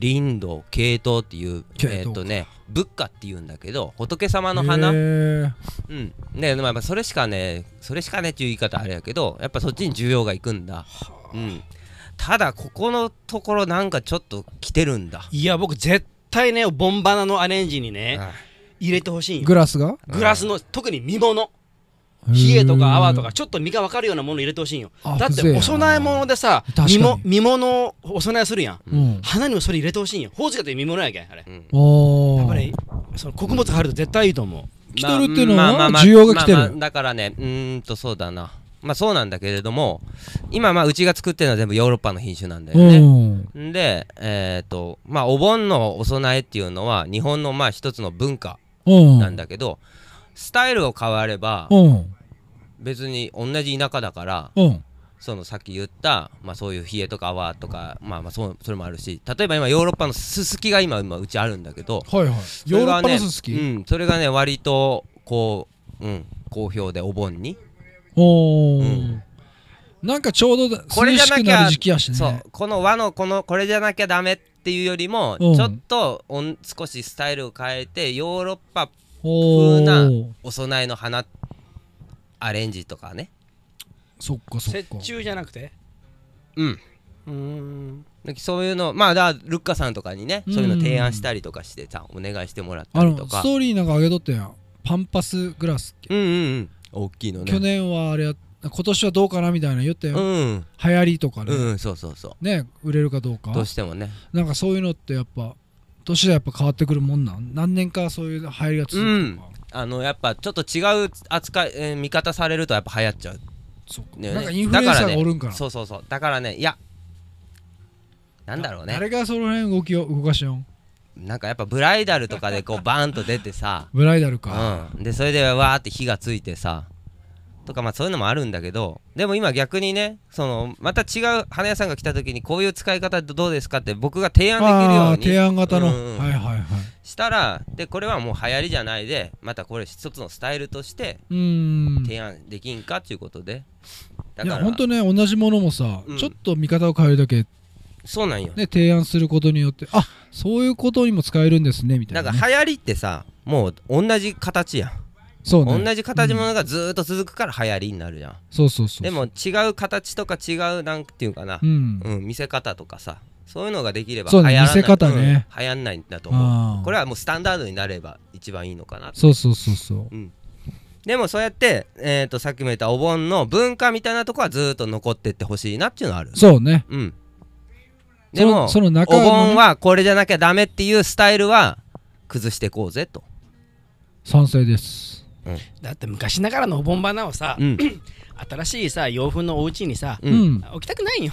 林道系統っていう
系統
えっとね仏花っていうんだけど仏様の花
へー
うん、ねまあまあそれしかねそれしかねっていう言い方あれやけどやっぱそっちに需要がいくんだ、うん、ただここのところなんかちょっと来てるんだ
いや僕絶対ねボンバナのアレンジにね
あ
入れてほしいんよ
グラスが
グラスの特に見物冷えとか泡とかちょっと身が分かるようなもの入れてほしいんよ
あ
だっ
風
て
情
お供え物でさ
確かに
見も見物をお供えするやん
うん
花にもそれ入れてほしいんよほうじかって見物やけんあれ
うん
お
やっぱ
ー
りその穀物入ると絶対いいと思う
来てるっていうのは需要が来てる
まあまあだからねうーんとそうだなまあそうなんだけれども今まあうちが作ってるのは全部ヨーロッパの品種なんだよ
う
ね、
ん
でえっ、とまあお盆のお供えっていうのは日本のまあ一つの文化
うん
なんだけど、スタイルを変われば
うん
別に同じ田舎だから
うん
そのさっき言った、まあ、そういう冷えとか泡とか、まあ、まあそうそれもあるし例えば今ヨーロッパのススキが今今うちあるんだけど
はいはい
そ
ヨ
れ
ーロ
が
ッパの
ね
スス
う
キ
ん、それがね割とこう、うん、好評でお盆に、
お
う
ー
ん
なんかちょうど涼
これじゃ
し
な
く
き
な
ゃ
る時期やしね
そうこの和のこのこれじゃなきゃダメっていうよりも、
うん
ちょっとおん少しスタイルを変えてヨーロッパ
お
風な
ー
お供えの花アレンジとかね
そっかそっ
折
か
衷じゃなくて
うん
うーん
そういうのまあだからルッカさんとかにねそういうの提案したりとかしてさお願いしてもらった
あ
り
の
と
ス
か
トーリーなんか上げとったやんパンパスグラス
うんうんうん大きいのね
去年はあれや今年はどうかなみたいな言ったやん
う
流
ん
行りとか
う
ね
んうんそうそうそ
ね売れるかどうか
うどうしてもね
なんかそういうのってやっぱ年はやっぱ変わってくるもんなん何年かそういう流行りが続くとか、
あのやっぱちょっと違う扱い、えー見方されるとやっぱ流行っちゃう
そっか
ね
なんかインフルエンサーがおるんかな
そうそうそうだからねいやなんだろうね
誰がその辺動きを動かしよん
なんかやっぱブライダルとかでこうバーンと出てさ
ブライダルか、
うんでそれでわーって火がついてさとかまあそういうのもあるんだけどでも今逆にねそのまた違う花屋さんが来た時にこういう使い方どうですかって僕が提
あ
案
あ
できる
提
よう
案
に
型の、
うんうん
はいはいはい
したらでこれはもう流行りじゃないでまたこれ一つのスタイルとして
うーん
提案できんかっていうことでだ
い
か
や
ら
本当ね同じものもさ、
うん
ちょっと見方を変えるだけ、ね、
そうなんよ
提案することによってあそういうことにも使えるんですねみた
ないん
な,、
か
ね、
流行りってさもう同じ形やん
そうね
同じ形ものがずーっと続くから流行りになるじゃん
そうそうそう
でも違う形とか違うなんていうかな
う、ん、
うん、見せ方とかさそういうのができれば
そうね
流行らない
見せ方ね
うん流行んないんだと思
あ
う
あ
これはもうスタンダードになれば一番いいのかな
そうそうそうそう
でもそうやって、えー、とさっきも言ったお盆の文化みたいなとこはずーっと残ってってほしいなっていうのはある
そうね
うんで
そ
も
のその中
お盆
の、ね、
はこれじゃなきゃダメっていうスタイルは崩していこうぜと、
賛成です
だって昔ながらのお盆花をさ、
うん
新しいさ洋風のお家にさ、
う
うんん
置きたくないよ、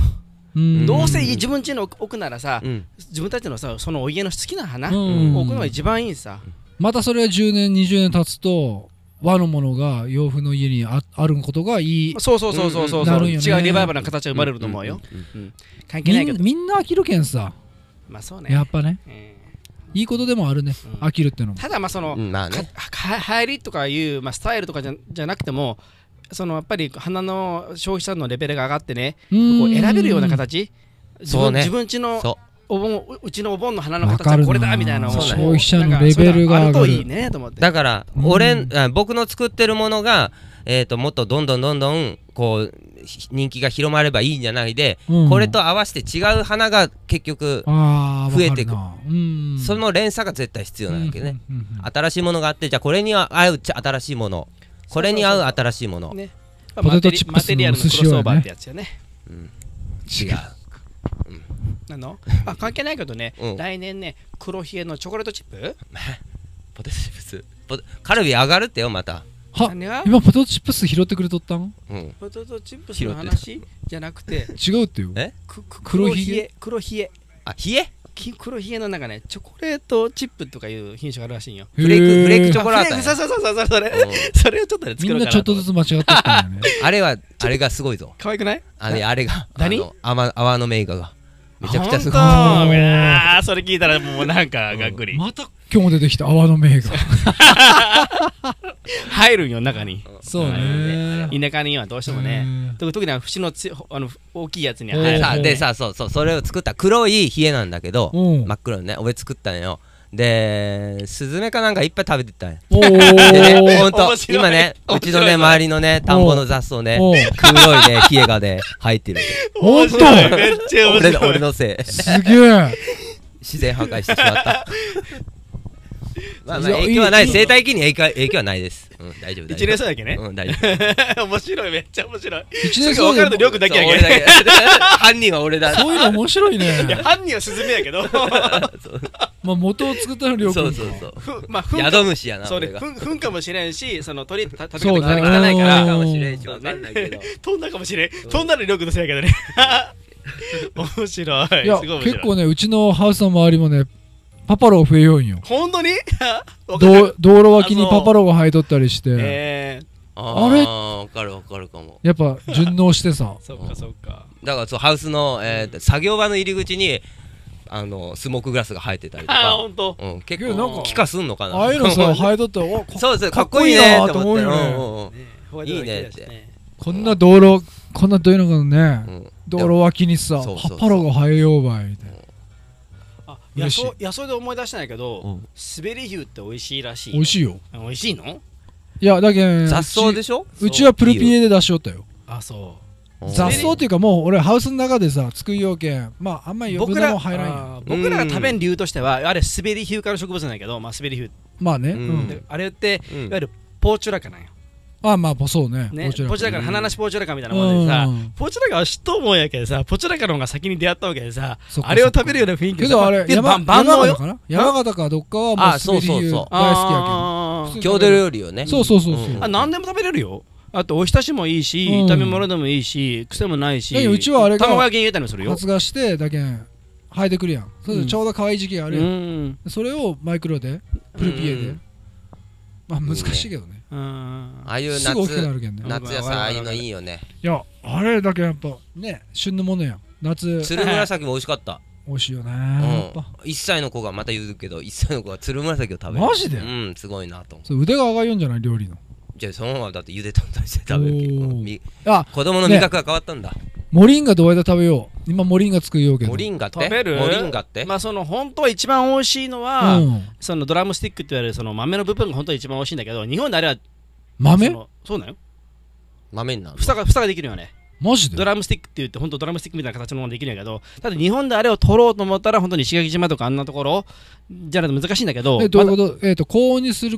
うん
どうせ自分家の置くならさ、
うん、
自分たちのさそのお家の好きな花、
うん
置くのが一番いいさ、
またそれは10年20年経つと和のものが洋風の家にああることがいい
そうそうそうそうそう
うん
そ
な
う、
るよね
違うリバイバルな形が生まれると思うよ、
んんん
関係
み
ないけ
ん
ど
みんな飽きるけんさ、
まあそうね
やっぱね
うん
いいことでもあるね、
うん
飽きるってのも
ただまあその、
うんまあ
か
ね
は流行りとかいう、まあ、スタイルとかじゃじゃなくてもそのやっぱり花の消費者のレベルが上がってねこう選べるような形自
そう
分,、
ね
自分家の
そう
お盆ううちのお盆の花の
わ
形
か
は
るな
これだみたいなのを
そうだね
こう
消
な
費者の
んかそういう
レベルが上がる
あるといいねと思って
だから
うん
俺、あ僕の作ってるものが、えー、ともっとどんどんどんどんこうひ人気が広まればいいんじゃないで、
うん
これと合わせて違う花が結局、
あー
増えてく
わかるなうん
その連鎖が絶対必要なんだけどね、
うんうんうんうん
新しいものがあってじゃあこれには合うちゃ新しいものこれに合う新しいもの
ね
ポテトチップ
マ
スの
テリアルのクロスオーバーってやつよね
違う
なの あ関係ないけどね、
うん
来年ね黒ひげのチョコレートチップ
ポテトチップスポテカルビ上がるってよまた、
は
何が
今ポテトチップス拾ってくれとったん
うん、
ポテトチップスの話じゃなくて
違うってよ
え
くく
黒
黒
ひ
ひ
げ
げ黒ひげ
あ冷え
き黒ひげのなんかねチョコレートチップとかいう品種があるらしいんよ
フレーク
へ
フレークチョコレート
あ
や
フレークそうそうそうそうそれ
うん
それをちょっとね
み
作
ん
ろう
な
か
ちょっ
な
と
と
ずつ間違ってったんだよね
あれはあれがすごいぞ
可愛くない
あれあれが
何
あの泡泡のメーカーがめちゃくちゃすご
ほんとう
い
わーそれ聞いたらもうなんかがっくり
また今日も出てきた泡の銘が
入るんよ中に
そう
ね
ね
田舎にはどうしてもね特特にあの節のつあの大きいやつには
お
入
ー
る
さあでさそうそうそれを作った黒い冷えなんだけど
うん
真っ黒のね俺作ったのよでスズメかなんかいっぱい食べてったんや
お
でね
ー
ほんと
面白い
今ねう
面白い
ちのね周りのね田んぼの雑草ね
おー
黒いね 冷えがね入ってる
ほんと
めっちゃ面
俺の
白
俺
い
のせい
すげえ
自然破壊してしまったまあまあ
いや
影響はない
いい
生態系に影響は影響はないですうん大丈夫大
一
丈
年生だけね
夫うん大丈 夫
面白いめっちゃ面白い
一
そ
年
れが分かると
生で
りょうくんだけ
そう
や
俺
け
だけ 犯人は俺だ
そういうの面白い
いや
ね
犯人はスズメやけど
そう
まあ元を作ったのりょうく
そ
ん
う
か
そうそう
ふまあ噴火
宿主やな
そうね
俺が
ふんふんかもしれんしその鳥たた
そう
叩く
だ
と
ね
汚いか
う
ら
ん
かもしれんしわかんないけど
飛んだかもしれん飛んだのりょうくんのせいやけどね 面白い
いや
すごい面白
結
い
構ねうちのハウスの周りもねパパロー増えようんよ
本当に わかんない
どう道路脇にパパローが生えとったりして
え
あ
あれ
分かる分かるかも
やっぱ順応してさ
ーそっかそっか
だからそうハウスの、えー作業場の入り口にあのスモークグラスが生えてたりと
ああ
か、
本当
うん、結
いやなん
構
か
気化すんのかな
ああいう のさ生えとったらおこ
そうそう
か
か
っ
っ
こ
こ
い
い
い
い
な
ね
ー
と
と
思
思
っ
う
て、
よね
うんうんうんいいねって
こんな道路こんなどういうのがね
うん
道路脇にさ
そう
パ
そうそう
パローが生えようばいみたいな
あ野
嬉しい
草野草で思い出したんやけ
う
ど
ん
滑り牛って美味しいらしい
美味しいよ
美味しいの
いやだけん
雑草
う
で
ち
しょ
うちはプルピエで出しよったよ
あそ
うん
雑草っていうかもう俺ハウスの中でさ作りようけんまああんま
う
り余
僕
分な
ら
もん入らんよ
あー僕らが食べん理由としてはあれ滑りヒュー科の植物なんやけどまあ滑りヒュー
まあね
うん
うん
であれって
うん
いわゆるポーチュラカなんよ
あまあそうね
ね
も
ポ
ち
ー
ろん
チュラカの花なしポーチュラカみたいなもんでさ
うん
ポーチュラカは知っと思うんやけどさポーチュラカの方が先に出会ったわけでさ
そっか
あれを食べるような雰囲気
け
で
どあれ山
万万能
山形
よ
かな山形かどっかはもう
あ
滑り
そうそう
湯
そ
大
う
好
あー
きやけん
郷土料理よね
そうそうそうそう
うん
あ何でも食べれるよあとおひたしもいいし
うん
炒め物でもいいし癖もないし
いやうちはあれが
卵焼きに入れたりもするよ
発芽してだけん生えてくるやんそれでちょうど可愛い時期があ
う
るやん
ん
それをマイクロでプルピエで
うん
まあ難しいけどね
うん
ああいう
すぐ大きくな
夏
るけんね
な
夏野菜ああいうのいいよね
いやあれだけやっぱね旬のものやん夏
つるむらさきも美味しかった
美味しいよね、
うん
やっぱ
1歳の子がまた言うけど1歳の子がつるむらさきを食べる
マジで
うんすごいなと思う
それ腕が上がるんじゃない料理の
じゃあそのままだって茹でたんだして食べるけど
おー
み
あ
子供の味覚が変わったんだ、
モリンガどうやって食べよう今モリンガ作りようけど
モリンガって
食べる
モリンガって、
まあその本当は一番美味しいのは、
うん、
そのドラムスティックって言われるその豆の部分が本当は一番美味しいんだけど日本であれはそ
豆
のそうなのよ
豆になる
房が房ができるよね
マジ
ド
で
ラムスティックって言って本当ドラムスティックみたいな形のものができるんやけどただ日本であれを取ろうと思ったら本当に石垣島とかあんなところじゃないと難しいんだけど
えどういうこと、えっ、と高温にする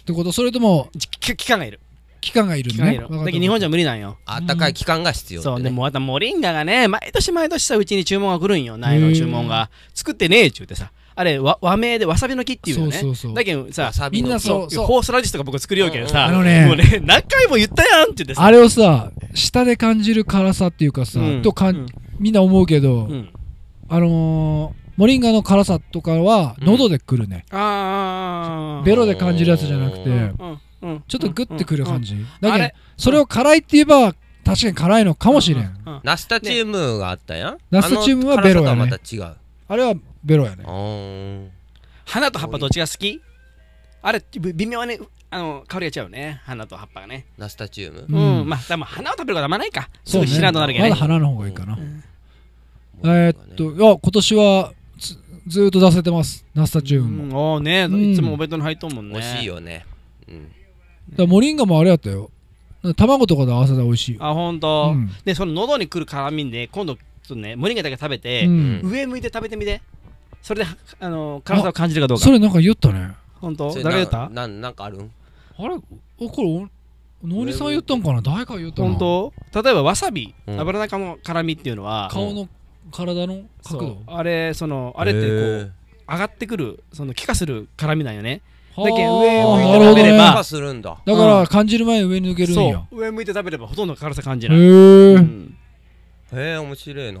ってことそれとも
まだき期間がいる
期間がいる
期間がい
ね
る
わかった
だけど日本じゃ無理なんよ
あったかい期間が必要って、ね
そうでもまたモリンガがね毎年毎年さうちに注文が来るんよ苗の注文が作ってねえっちゅうてさあれ和和名でわさびの木っていうよね
そうそうそう
だけどさ
わさび
みん
の
な
木
そ
そうう
フォ
そう
ースラディッシュとか僕作るよけんさ、
あのね
もうね何回も言ったやんって言ってさ
あれをさ下で感じる辛さっていうかさ、
うん
とか、
うん
みんな思うけど、
んうん
あのー、モリンガの辛さとかは
うん
喉でくるね、
あー
ベロで感じるやつじゃなく
う
て
うんうん
ちょっとグッてくる感
じ
じ、だ
あ
けど
れ
それを辛いって言えば確かに辛いのかもしれん、
うん
ナスタチウムがあったやん、
ナスタチウムはベロやね
あの辛さとはまた違う
あれはベロやね
あー
花と葉っぱどっちが好きあれび微妙にあの香りが違うね花と葉っぱがね
ナスタチウム
う
うんんまあでも花を食べることはあんまないかす
そう
ぐ
ね
しなとなるけど
ま
ね
だ花の方がいいかな、えーっ
ね
といや今年はずずーっと出せてますナスタチウム
うん
も、
おーね
うん
いつもお弁当に入っとんもんね
美味しいよねうん
だからモリンガもあれやったよなんか卵とかで合わせたら美味しいよ
あほん
う
と
ん
でその喉にくる辛みんで今度ちょっとねモリンガだけ食べて
うん
上向いて食べてみてそれであの辛さを感じるかどうか
それなんか言ったね
ほんと
それ
誰が言っ
な
た
なんなんかあるん
あれおこれお農二さん言ったんかな誰か言った
ほ
なん
と例えばわさび
うん
油中の辛みっていうのは
顔の体の
そ
角
う
度
あれそのあれってこう
う
上がってくるその気化する辛みなんよね
は
だけ
あ
ん上
あ
向い
ー
て食べれば
なるほどね
するんだ
だから感じる前に上に抜けるんや
そう上向いて食べればほとんど辛さ感じない、
へ
う
え
ん
へえ面白いな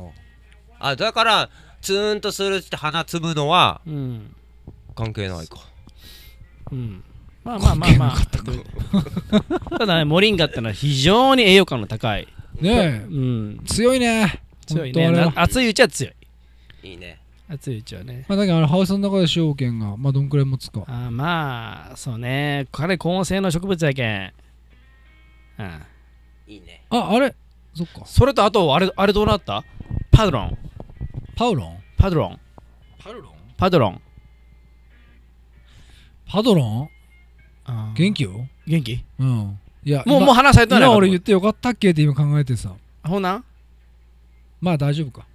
あだからツーンとするって鼻つむのは
うん
関係ないか
うんまあまあまあまあ ただねモリンガってのは非常に栄養価の高い、う
ね
ん
え、強いね
強い
ほ
ね
んとあれは
な熱いうちは強い
いいね
熱いうちはね
まあだけどあれハウスの中で使用権がまあどんくらい持つか
あーまあそうね彼高温性の植物やけん、うん、
いいね
ああれそっか
それとあとあれあれどうなったパドロン
パウロン
パドロン
パウロン
パドロン
パドロン
あー
元気よ
元気
うんいや
もう
今
もう話されてない
今俺言ってよかったっけって今考えてさ
ほんなん
まあ大丈夫か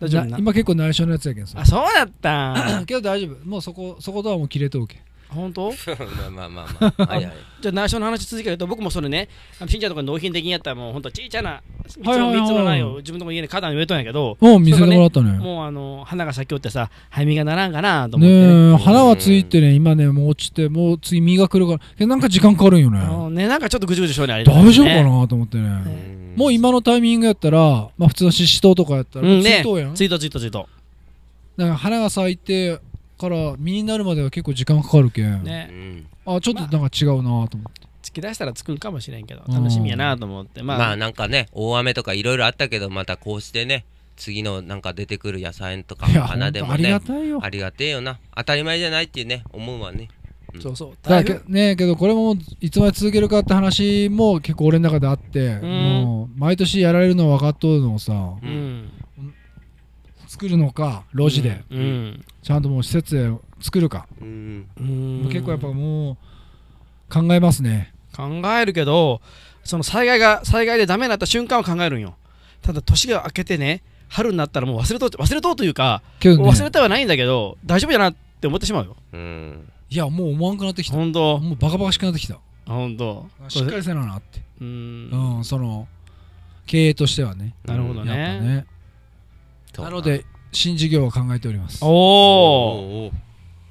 大丈夫
な
な
今結構内緒のやつやけんさ
あそうだったん
けど大丈夫もうそこそことはもう切れとうけ
本当
まあまあまあまあはいはい
じゃあ内緒の話続けると僕もそれねあのしんちゃんとか納品できんやったらもうほんとちいちゃな三つ
はいはいはい
三つの苗を自分の家で花壇に植えとんやけど
もう見せてもらったね
もうあの花が咲きおってさ早実がならんかなと思ってね
ねえ花がついてね今ねもう落ちてもう次実が来るからけどなんか時間かかるんよね
あのねなんかちょっとぐじゅぐじゅしょうねあれ
大丈夫か
ね
なと思ってね
うん
もう今のタイミングやったらまあ普通のシシトウとかやったら
うん
つ
ね
いとうやん、
ツイートツイートツイート
だから花が咲いてから実になるまでは結構時間かかるけん、
う
ね
ん
あちょっとなんか違うなと思って、
突き出したらつくんかもしれんけど楽しみやなと思ってまあ
まあなんかね大雨とかいろいろあったけどまたこうしてね次のなんか出てくる野菜とか
いや
花
本
で
当
も
あり
ね
がたいよ
ありがてえよな当たり前じゃないっていうね思うわねうん
そうそう
だ
大
け
変
どねけどこれもいつまで続けるかって話も結構俺の中であって、もう毎年やられるのは分かっとるのをさ
う
うん
作るのか路地で、
うん
ちゃんともう施設で作るか、
うん
うん
結構やっぱもう考えますね
考えるけどその災害が災害でダメになった瞬間は考えるんよただ年が明けてね春になったらもう忘れとうって忘れとうというか、
けどね
忘れてはないんだけど大丈夫やなって思ってしまうよ
うん
いやもう思わんくなってきた
本当
もうバカバカしくなってきた
本当
しっかりせななって
う
うんん、その経営としてはね
なるほど
やっ
ね
ぱね
そう
なので新事業は考えております
おお
おー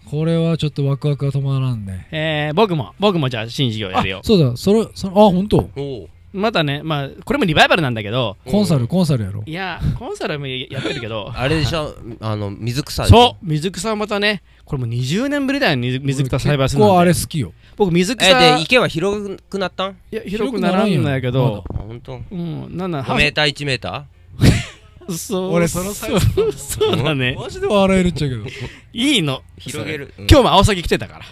これはちょっとワクワクが止まらんね
えー、僕も僕もじゃあ新事業やるよ
そうだそれそのあ本当
おー
またね、まあ、これもリバイバルなんだけど、
コンサルコンサルやろ
いや、コンサルもやってるけど、
あれでしょあの水草でしょ
そう、水草はまたね、これもう20年ぶりだよ、水水草栽培する
結構
のっ
あ
て。
れ好きよ
僕、水草
えで池は広くなったん
いや広くならんのやけど、
あ本当
うん、なんなん、
5メーター1メータ
そう、
俺そのサイズ
そうそうだね、
マジで笑えるっちゃうけ ど
いいの。
ー広げる、うん
今日もアオサギ来てたから。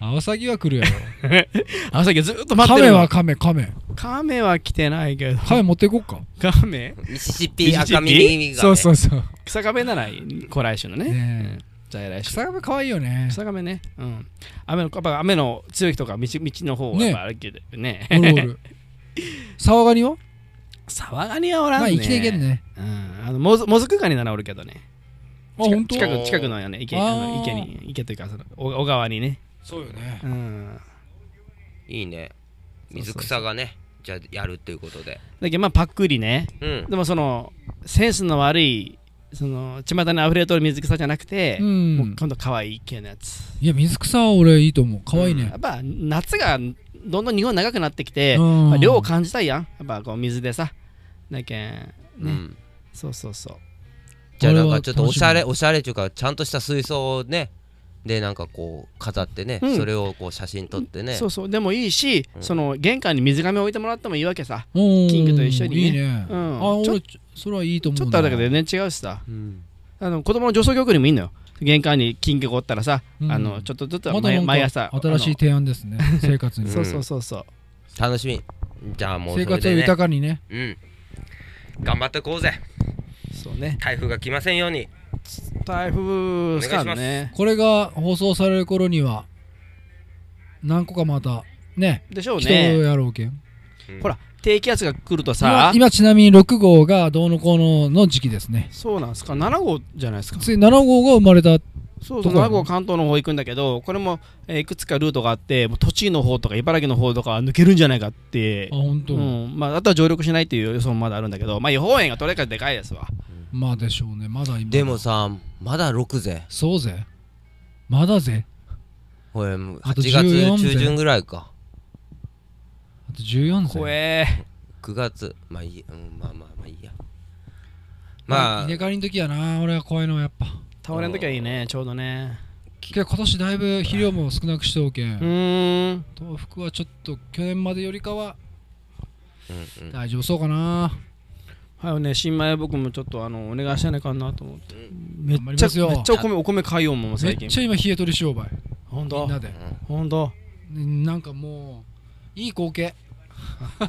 アオサギは来るやろ
アオサギずっと待っ
カ
て
メ
る
は
の。
カメカメ
カメは来てないけど、
カメ持っていこうか
カメ
ミシシッ
ミシシ
ピ
ッピ
赤耳が、ね、
そうそうそう
草亀なら来来週のね。
ねえ
じゃあ来週。
草亀可愛いよね
草亀ね、うん、雨のやっぱ雨の強い日とか道道の方は
ね
やっぱ歩けるよね。
おるお る沢ガニは
騒がにはおらん
ま
ね。
あ生きていけん。ね
うん、あのもずもずくガニならおるけどね。
あ本当
近く近くのよね池あの
あー
池に池というかそのお小川にね。
そうよね
うん。
いいね
そうそ
水
うそう
草がねじゃあやるっていうことで
だけどまあパックリね。
うん
でもそのセンスの悪いその巷に溢れとる水草じゃなくて、
う
も
ん
う今度可愛い系のやつ。
いや水草は俺いいと思う可愛いね
やっぱ夏がどんどん日本長くなってきて、
うん
まあ、量を感じたいやん。やっぱこう水でさ。だけん
う
ね、
ん
そうそうそう。
じゃあ
これ
な
は
んかちょっとおしゃれ
楽
おしゃれっていうかちゃんとした水槽をねでなんかこう飾ってね、
うん
それをこう写真撮ってね
そうそうでもいいし、
うん
その玄関に水亀置いてもらってもいいわけさ、
キ
キングと一緒にね
いいね
う
あ
んちょ
俺それはいいと思う
ちょっ
な
とあれだけど全然違うしさ
うん
あの子供の女装教育にもいいのよ玄関に金魚がおったらさ、
うん
あのちょっとずつ
また
毎
なんか
毎朝
新しい提案ですね 生活
あ
に
のそうそうそうそう、
楽しみじゃあもう
生
それ
活を
でね
豊かにね
うん頑張ってこうぜ
そうね
台風が来ませんように
台風ですからね
これが放送される頃には何個かまたね
でしょう
人
ね
やろうけん
うん
ほら低気圧が来るとさ
今今ちなみに6号がどうのこうのの時期ですね
そうなんですか7号じゃないですか
つい7号が生まれた
そうそ
ど
う
こ
7号関東の方行くんだけどこれも、えーいくつかルートがあってもう栃木の方とか茨城の方とかは抜けるんじゃないかって
あ本当、
うんまあ、あとは上陸しないっていう予想もまだあるんだけど、まあ、予報円がとにかくでかいですわ。
まあでしょうねまだ今
でもさまだ6ぜ
そうぜまだぜ
これもう
あと
8月
14ぜ
中旬ぐらいか
あと14
怖
ぜ
え
9月まあいい、うん、まあまあまあいいや
ま
ま
あ
あ
稲刈りの時やな俺は怖いのはやっぱ
倒れん時はいいね、ちょうどね。
けど今年だいぶ肥料も少なくしておけ
うんーん。
豆腐はちょっと去年までよりかは
うんうん
大丈夫そうかな
はいね、新米僕もちょっとあのお願いしないかんなと思って。めっ
頑張り
ちゃ
ますよ
めっちゃお米お米買いようもん
め
最
っ
近。
ちゃ今冷え取り商売
ほん
みん
と
なで
ほんと。
なんかもういい光景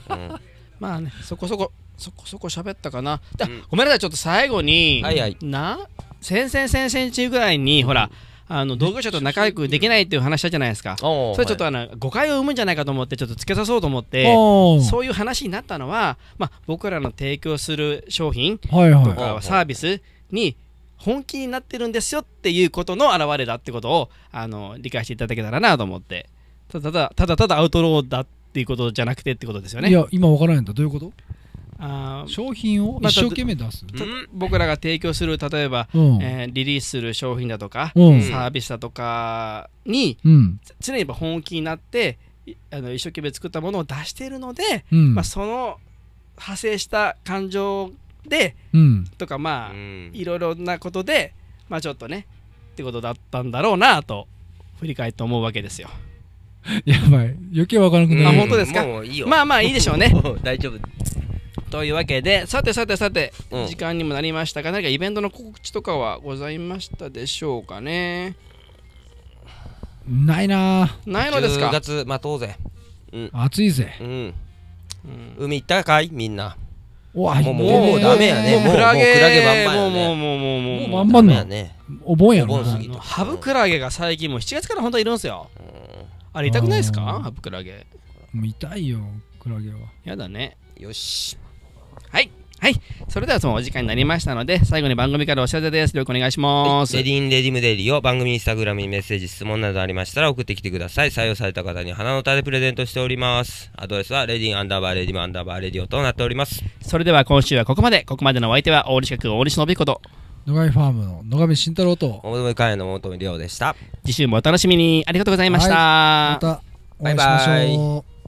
うんうん
まあねそこそこそこそこ喋ったかな。だ
うん
ごめんなさいちょっと最後に、
はいはい
な先々先々中ぐらいにほらあの同業者と仲良くできないっていう話したじゃないですか。
おー
それちょっと
は
あの誤解を生むんじゃないかと思ってちょっとつけさそうと思って。
おー
そういう話になったのは、まあ、僕らの提供する商品
はい
と
は
か
はい
サービスに本気になってるんですよっていうことの表れだってことをあの理解していただけたらなと思ってただただただただアウトローだっていうことじゃなくてってことですよ
いい
ね。
や今わからないんだどういうこと
あー
商品を
また
一生懸命出す
いうん
僕らが提供する例えば、
うん
えーリリースする商品だとか、
うん
サービスだとかに
うん
常にやっぱ本気になっていあの一生懸命作ったものを出しているので、
うん
まあ、その派生した感情で
うん
とかまあ、
うん
いろいろなことでまあちょっとねってことだったんだろうなと振り返って思うわけですよ
やばい余計わからなくな
あ
る
本当ですか
もういいよ
まあまあいいでしょうね
大丈夫
というわけでさてさてさて、
うん
時間にもなりましたが何かイベントの告知とかはございましたでしょうかね
ないな
ないのです
10
か、
月待とうぜ
暑いぜ
うん
うん
海行ったかいみんな
お
もうもう
ね
もうダメやねもう
クラゲ
もうクラゲバンバン
も
や
う
ね
もうもうもうもう
もうバンバンな
ダメやね
お盆やろ
お盆
あ
過ぎ
のハブクラゲが最近もう7月から本当はいるんですよあれ痛くないですかハブクラゲ
もう痛いよクラゲは
やだね
よし
それではそのお時間になりましたので最後に番組からお知らせですよろしくお願いします、
レディンレディムデイリーを番組インスタグラムにメッセージ質問などありましたら送ってきてください採用された方に花の種でプレゼントしておりますアドレスはレディンアンダーバーレディムアンダーバーレディオとなっております
それでは今週はここまでここまでのお相手は大西学大西信彦と
野上ファームの野上慎太郎と
おめ会の桃富亮でした
Dạ.
次週もお楽しみにありがとうございました、
またお会いしまし
バイ
ょう